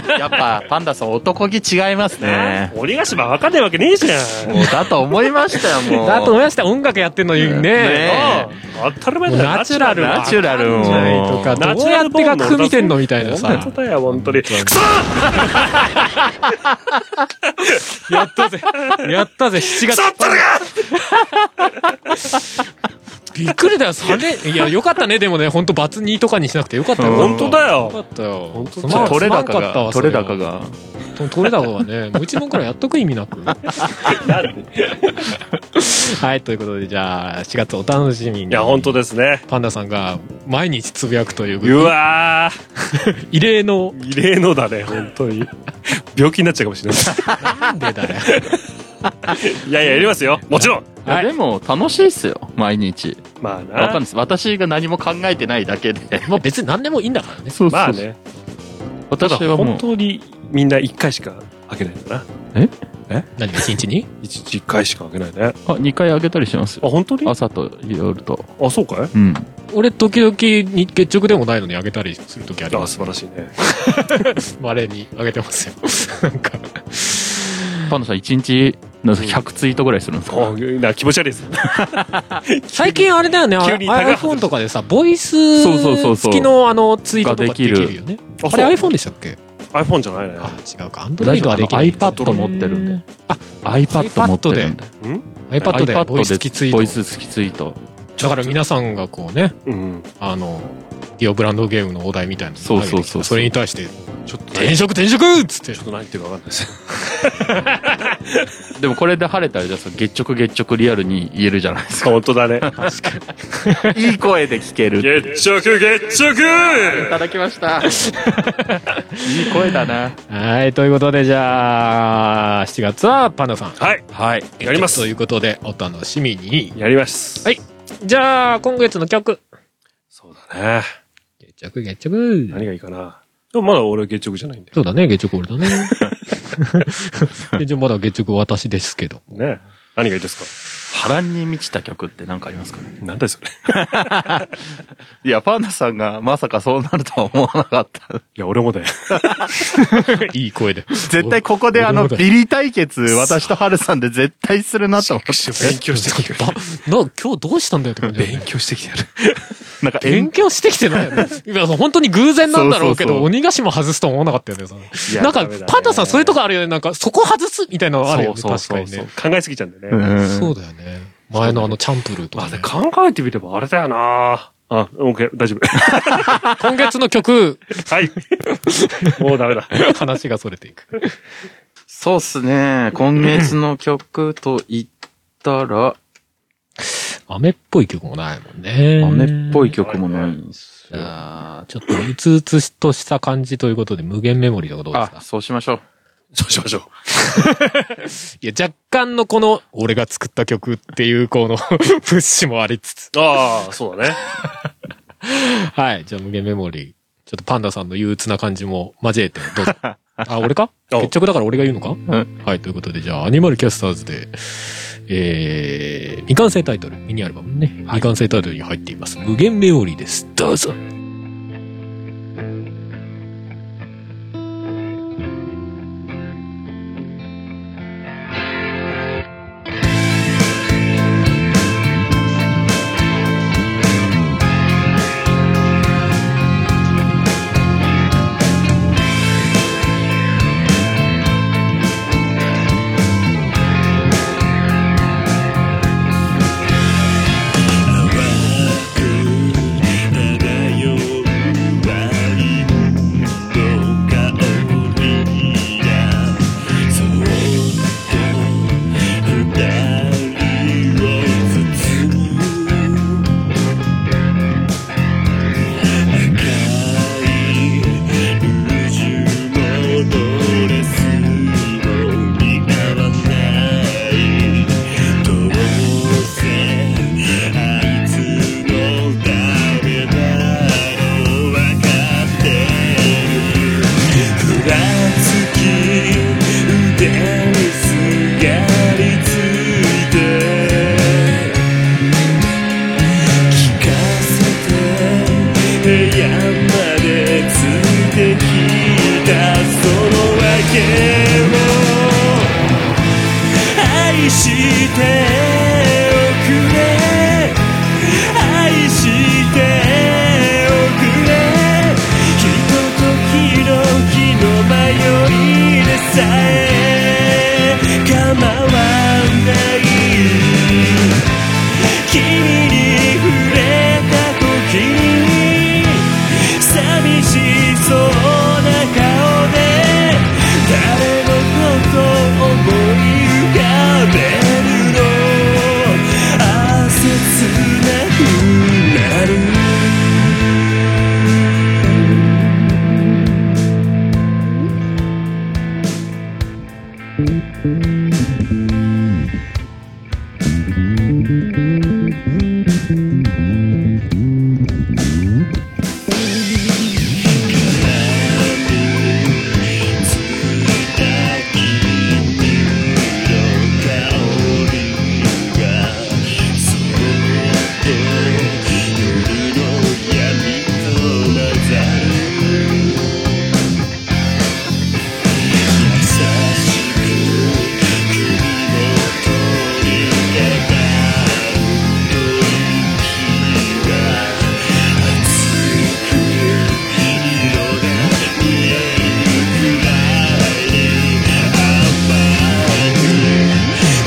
C: ーやっぱパンダさん男気違いますね。
B: 鬼ヶ島わかんないわけねえじゃん。
C: もうだと思いましたよ、 [LAUGHS] もう。
A: だと思いました。音楽やってんのにね。
C: ね
B: うん当たり前だよ。
A: ナチュラル
C: ナチュラルを。
A: ないとか、どうやって楽譜見てんのみたいな
B: 本
A: さ
B: 当。だよ、本当に。くそ
A: やったぜ。やったぜ、7月。びっくりだよ、3年。いや、よかったね、でもね、ほんと、バツ2とかにしなくてよかったよ。
C: うん
B: [LAUGHS] 本当だ
A: よ
B: よ。
A: かったよ。
B: 本当
A: す
B: だ
A: まん
C: 取れ
A: す
C: 高
A: まんかった
C: が、
A: わ
C: 取れ高。が。
A: それは取れ高がね、もう一問くらいやっとく意味なく。はい、ということで、じゃあ、4月お楽しみ
B: い
A: に。
B: や、本当ですね。
A: パンダさんが毎日つぶやくという
B: うわー
A: 異例の
B: 異例のだね、本当に。病気になっちゃうかもしれな
A: なんでだね。
B: い。いやいや、やりますよ。もちろん。
C: いやでも楽しいっすよ、毎日。
B: まあ
C: わかんない
B: な。
C: です。私が何も考えてないだけで。
A: まあ別に何でもいいんだからね。
C: そう
B: まあ。ね。ただ、
C: 私はも
B: 本
C: う、
B: 当にみんな一回しか開けないんだな。
A: 何が一日に
B: 一日一回しか開けないね。
C: あ、2回あげたりします
B: あ、
C: よ。
B: 本当に
C: 朝と夜と。
B: あ、そうかい
C: うん。
A: 俺時々に月直でもないのにあげたりする時あり
B: あ、
A: ます
B: 素晴らしいね。
A: 稀にあげてますよ [LAUGHS] なんか
C: パンダさん1日、なんか100ツイートぐらいするんですか
B: あな気持ち悪いです。
A: 最近あれだよねあ
B: 急に高い
A: iPhone とかでさボイス
C: そうそうそうそう
A: 付きのあのツイートとか
C: が
A: で
C: で
A: き
C: き
A: る
C: る
A: よね
B: あ
A: あれ
B: そう
A: iPhone でしたっけ
B: iPhone じゃないね。
A: あ違うか Android はできないんですね
C: 大丈夫 iPad 持ってるんで。あ、
A: iPad
C: iPad 持ってるんで。
A: iPad でボイス付きツイ
C: ボイ
A: ー
C: ス付きツイート。
A: トだから皆さんがこうね
B: うん。
A: あのディオブランドゲームのお題みたいなの
C: そうそうそうそう
A: それに対して
B: ちょっと
A: 転
B: ね、ち
A: 職転職っつって
B: ょっと何言ってるかわかんないです。
C: でもこれで晴れたらじゃあその月直月直リアルに言えるじゃないですか。
B: 本当だね。
C: [LAUGHS] いい声で聞け
B: [LAUGHS]
C: る。
B: 月食月食
C: いただきました。い [LAUGHS] い声だな。
A: はいということでじゃあ7月はパンダさん
B: はい。
C: はい。
B: やります
A: ということでお楽しみに
B: やります。
A: はいじゃあ、今月の曲。
B: そうだね。
A: 月着月着。
B: 何がいいかな。でもまだ俺は月食じゃないんだよ。
A: そうだね、月着俺だ [LAUGHS] ね。じゃあまだ月着私ですけど。
B: ね何がいいです
C: 波乱に満ちた曲って何かありますかね
B: かなんだよそれ。い
C: いや、パンダさんがまさかそうなるとは思わなか [LAUGHS] った。
B: や、俺もだよ。
A: いい声で。
C: 絶対ここであの、ビリ対決、私とハルさんで絶対するなと思って。
B: [LAUGHS] 勉強してきてる。
A: な、今日どうしたんだよって感じだよね
B: 勉強してきてやる。
C: なんか、
A: 勉強してきてないよね。いや、本当に偶然なんだろうけど、
C: そうそうそう
A: 鬼ヶ島外すとは思わなかったよね。その
B: いや
A: なんか、
B: ダメだね
A: パンダさんそういうとこあるよね。なんか、そこ外すみたいなのあるよね。
C: そう
A: 確
C: そう
A: か
C: そう
A: に
C: そ
A: ね。
C: う
B: 考えすぎちゃうんだよ
C: う
B: ね。
C: ん
A: そうだよね。前のあの、チャンプルーと
B: ま
A: か
B: あ、
A: ね
B: で。考えてみればあれだよなあ、オッケー、大丈夫。 [LAUGHS]
A: 今月の曲、
B: はい。 [LAUGHS] もうダメだ。
A: 話がそれていく。
C: そうっすね。今月の曲と言ったら、
A: 雨っぽい曲もないもんね。
C: 雨っぽい曲もないんすよ。あ
A: ちょっとうつうつとした感じということで、無限メモリーとかどうですか
C: そうしましょう。
B: そうしましょ
A: いや、若干のこの、俺が作った曲っていう、この [LAUGHS] 、プッシュもありつつ。
B: う。ああ、そうだね。
A: はい。じゃあ、無限メモリー。ちょっとパンダさんの憂鬱な感じも交えて、どう
C: [LAUGHS]
A: ぞ。あ、俺か
B: お
A: 結局だから俺が言うのか
C: ん
A: はい。ということで、じゃあ、アニマルキャスターズで、えー、未完成タイトル、ミニアルバムね。未完成タイトルに入っています。無限メモリーです。どうぞ。
F: 「流
G: 平野までついてきたその訳を愛しておくれ愛しておくれひとときの気の迷いでさえ構わない君に触れた時に寂しそうな顔で誰のことを思い浮かべるのああ切なくなる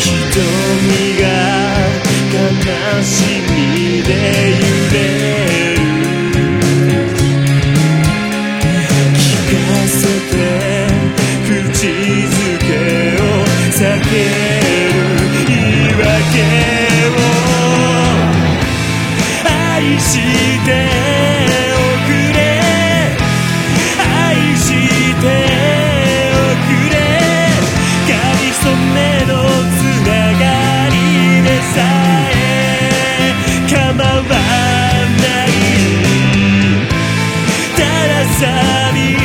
G: 瞳が悲しみで揺れる聞かせて口づけを避ける言い訳を愛しておくれ愛しておくれかりそめのつながりでさえ構わないただ寂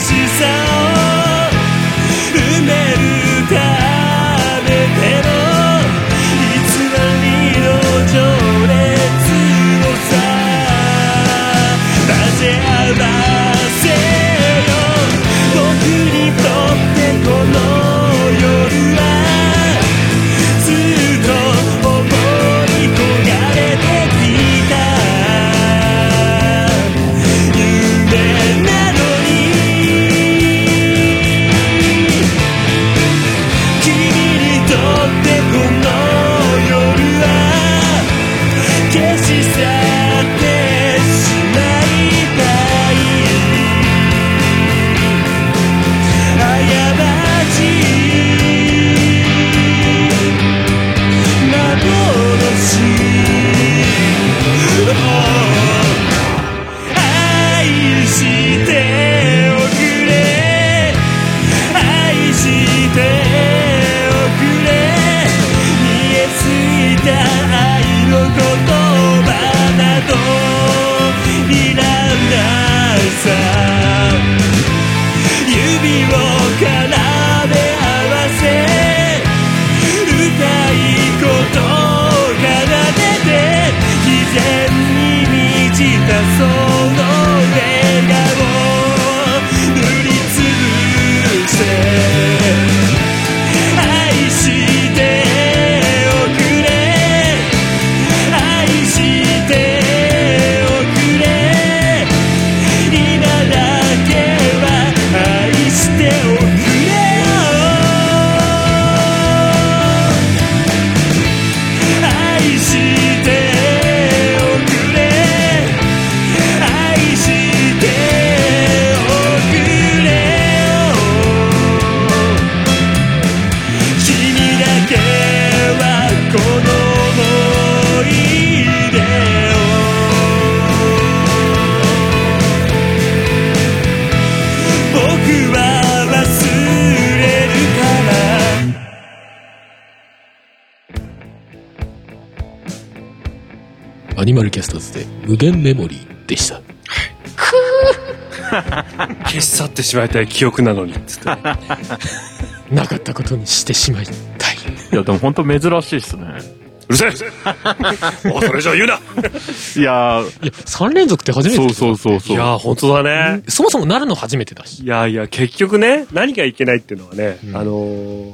G: しさを埋めるためでもいつの日の情熱をさ混ぜ合わせよ僕にとってこの夜はずっと思い焦がれてきた夢なのに君にとってこの夜は消し去ってしまいたい過ち幻愛しておくれ愛しておくれ見えすぎた愛の言葉などいらないさ指を絡め合わせ歌い言が奏でて自然に満ちたその笑顔塗りつぶして愛しておくれ愛しておくれ今だけは愛しておくれよ愛しておくれ愛しておくれよ君だけはこの想い出を僕は忘れるから
A: アニマルキャスターズで無限メモリーでした。
B: 消し去ってしまいたい記憶なのに、つって。
A: なかったことにしてしまいたい。
C: いや、でも本当珍しいっすね。
B: う
C: [LAUGHS]
B: るせえおそれ以上言うない
C: やー、
A: いや、3連続って初めて
C: そ
A: 聞い
C: う
A: た
C: そうそう
B: い
C: そう。
B: やー、本当だね。
A: そもそもなるの初めてだし。
B: いやいや、結局ね、何がいけないっていうのはね、
A: うん
B: あのー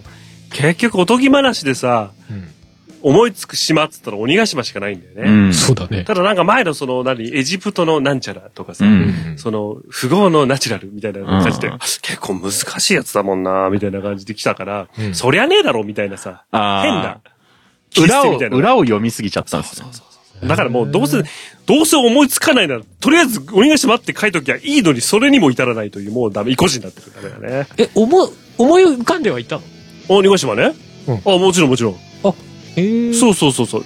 B: 結局おとぎ話でさ、
A: うん
B: 思いつく島っつったら鬼ヶ島しかないんだよね。
C: うん。
A: そうだね。
B: ただなんか前のその、何、エジプトのなんちゃらとかさ、
C: うん
B: その、不合のナチュラルみたいな感じで、
C: うん
B: 結構難しいやつだもんな、みたいな感じで来たから、
A: うん
B: そりゃねえだろ、みたいなさ、
C: あー
B: 変な。
C: 裏を、
B: 気質みたいな
C: 裏を読みすぎちゃったんですね。
B: だからもうどうせ、どうせ思いつかないなら、とりあえず鬼ヶ島って書いときゃいいのに、それにも至らないという、もうダメ、意固地になってくるからね。
A: え、思い、思い浮かんではいたの
B: あ、鬼ヶ島ね。
A: うん
B: あ、もちろんもちろん。
A: へえ。
B: そうそうそうそう。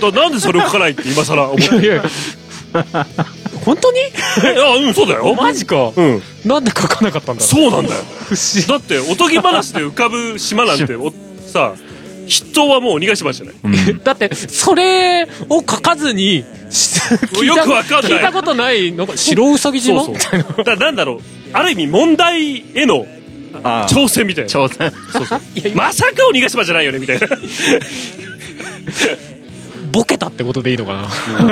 B: だなんでそれを書かないって今更思っ
A: い
B: て。
A: やいや。本当に
B: え、あ、うん、そうだよ。
A: マジか。
B: うん。
A: なんで書かなかったんだろ
B: そうなんだよ。
A: う。不思
B: だって、おとぎ話で浮かぶ島なん
A: [LAUGHS]
B: て、おさ、筆頭はもう鬼ヶ島じゃない。
A: 議。だって、それを書かずに、し聞いた
B: よくわかんない
A: 聞いたことない、なんか、白うさぎ島
B: そう
A: み
B: そ
A: た
B: う
A: いな。。
B: だからなんだろう、ある意味問題への
C: あー
B: 挑戦みたいな。
C: 挑戦。
A: [LAUGHS]
B: まさか鬼ヶ島じゃないよね、みたいな。ちょっ
A: ボケたってことでいいのか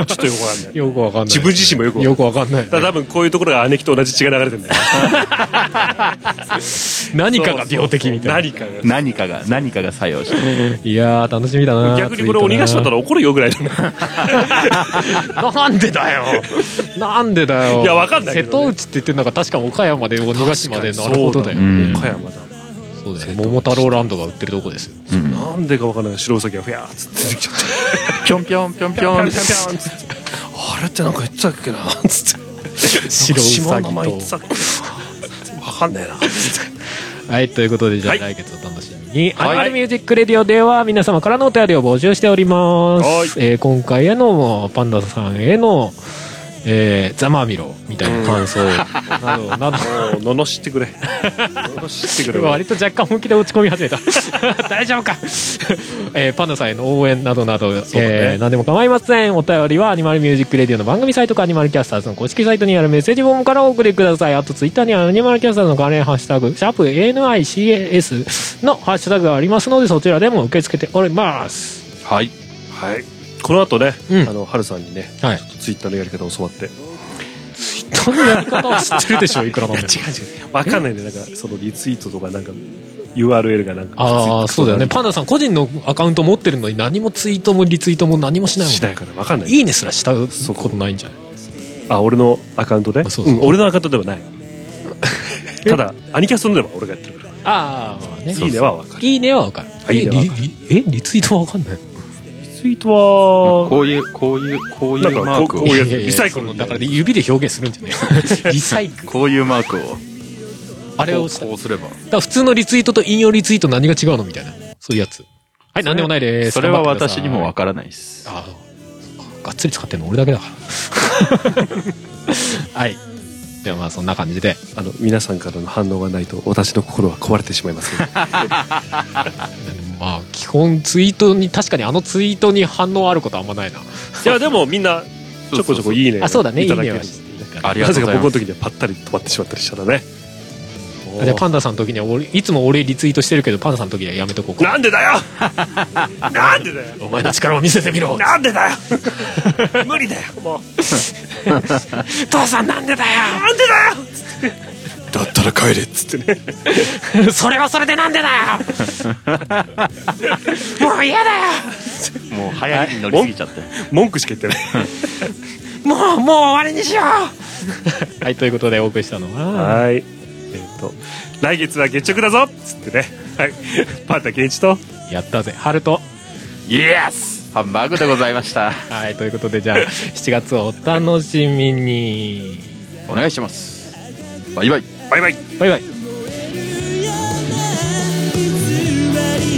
B: とよくわかんない。
A: なよくわかんない。
B: 自分自身もよくわかんない
A: よくわかんない。
B: だから多分こういうところが姉貴と同じ血が流れてんだよ。
A: [LAUGHS] 何かが病的みた
B: 何
A: い
B: かが。
C: 何かが、何かが作用して。
A: な。いやー、楽しみだな
B: 逆にこれ鬼ヶ島だったら怒るよぐらいだね。
A: なんでだよ。なんでだよ。
B: いやわかんないけ
A: 瀬
B: どね
A: 戸内って言ってんのが確か岡山で鬼ヶ島でなるほどだよ。
C: うん
B: 岡山だ。
A: そうだよ。桃太郎ランドが売ってるとこですよ。
B: なんでかわかんない。白ウサギがふやーっつって出てきちゃって。
C: ぴょんぴょんぴょんぴょん。
B: あれってなんか言ってたっけなつって。
A: 白ウ
B: 島の
A: サ
B: 名前言っ
A: ギ
B: て
A: と
B: た。っけなわかんねえな。
A: はい、ということで、じゃあ
B: はい
A: 来月お楽しみに。
B: はい
A: アニマルミュージックレディオでは皆様からのお便りを募集しておりま
B: はい
A: す。えー今回への、パンダさんへの、えーざまあみろみたいな感想など
B: も
A: など。
B: う、罵ってくれ。罵ってくれ。
A: 割と若干本気で落ち込み始めた大丈夫か、 [LAUGHS] えーパンダさんへの応援などなど、
B: うだね
A: えー何でも構いませんお便りはアニマルミュージックレディオの番組サイトかアニマルキャスターズの公式サイトにあるメッセージフォームからお送りくださいあとツイッターにはアニマルキャスターズの関連ハッシュタグシャープ ANICAS のハッシュタグがありますのでそちらでも受け付けております
C: はい。
B: はい。この後ね、
A: うん
B: あの、春さんにね、
A: はい
B: ツイッターのやり方を教わって。
A: どんなやり方を知ってるでしょういくらなんでも
B: わかんないね。なんか、そのリツイートとか、なんか、URL がなんか。
A: ああそうだよね
B: パ
A: パンダさん個人のアカウント持ってるのに何もツイートもリツイートも何もしないもん
B: しないからわかんない。
A: いいねすらしたことないんじゃない
B: あ、俺のアカウントね。
A: そうそう
B: うん俺のアカウントではない。ただ、アニキャストのでは俺がやってるから。
A: ああ、まあね。
B: いいねはわかる。
A: いいねはわかる。
B: あいいねはわか
A: え、リリえリツイートはわかんない。
B: リツイートは、
D: こういう、こういう、こうい
B: なん
D: う
B: か
D: マ
B: こ
D: ー
B: う、
D: ク
B: こ
D: を
B: う。いう
A: いやい
B: や
A: や
B: つ、リサイクルみた
A: だ
B: い
A: か
B: な
A: ら指で表現するんじゃね [LAUGHS] えリサイクル。
D: こういうマークを。
A: あれをさ、だ
D: こ
A: か
D: うすれば。
A: ら普通のリツイートと引用リツイート何が違うのみたいな。そういうやつ。はい、なんでもないです。
D: それは
A: 頑張ってくださ
D: 私
A: い
D: にもわからないです。
A: ああ、がっつり使ってんの俺だけだ [LAUGHS] から。はい。ではまあそんな感じで。
B: あの、皆さんからの反応がないと、私の心は壊れてしまいますけど。
A: まあ基本ツイートに、確かにあのツイートに反応あることあんまないな。
B: いや、でもみんな、ちょこちょこいいね。
A: あ、そうだね。いい
B: ただけ
A: ね
B: る
A: はして
D: あり
B: な
D: がと
B: ぜ
D: う
B: か
D: ござい
B: 僕
D: ま
B: の
D: す。
B: 時にはパッタリ止まってしまったりしたらね。
A: あじゃあパンダさんの時には俺いつも俺リツイートしてるけどパンダさんの時にはやめとこうか
B: なんでだよなんでだよ
A: お前の力を見せてみろ
B: なんでだよ無理だよもう
A: 父さんなんでだ
B: なんでだよだったら帰れっつってね
A: よそれはそれでなんでだよもう嫌だよ
D: もう流行りに乗りすぎちゃって。
B: 文句しか言ってない
A: もうもう終わりにしようはいということでお送りしたのは
B: はいえっ、と来月は月食だぞっつってねはいパンタケンイチと
A: やったぜハルト
D: イエスハンバーグでございました。
A: はいということ [LAUGHS] でじゃあ7月をお楽しみに
D: お願いします。バイバイ。
B: バイバイ
A: バイバイ
G: 偽り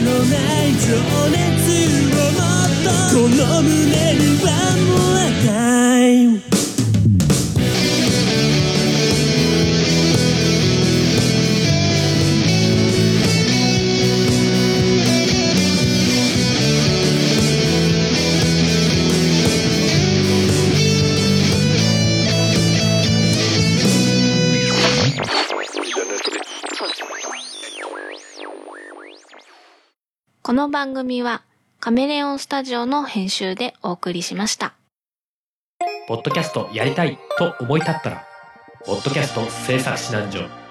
G: のない情熱を持っとこの胸にはもう time
E: この番組はカメレオンスタジオの編集でお送りしました。
A: ポッドキャストやりたいと思い立ったら、ポッドキャスト制作指南所。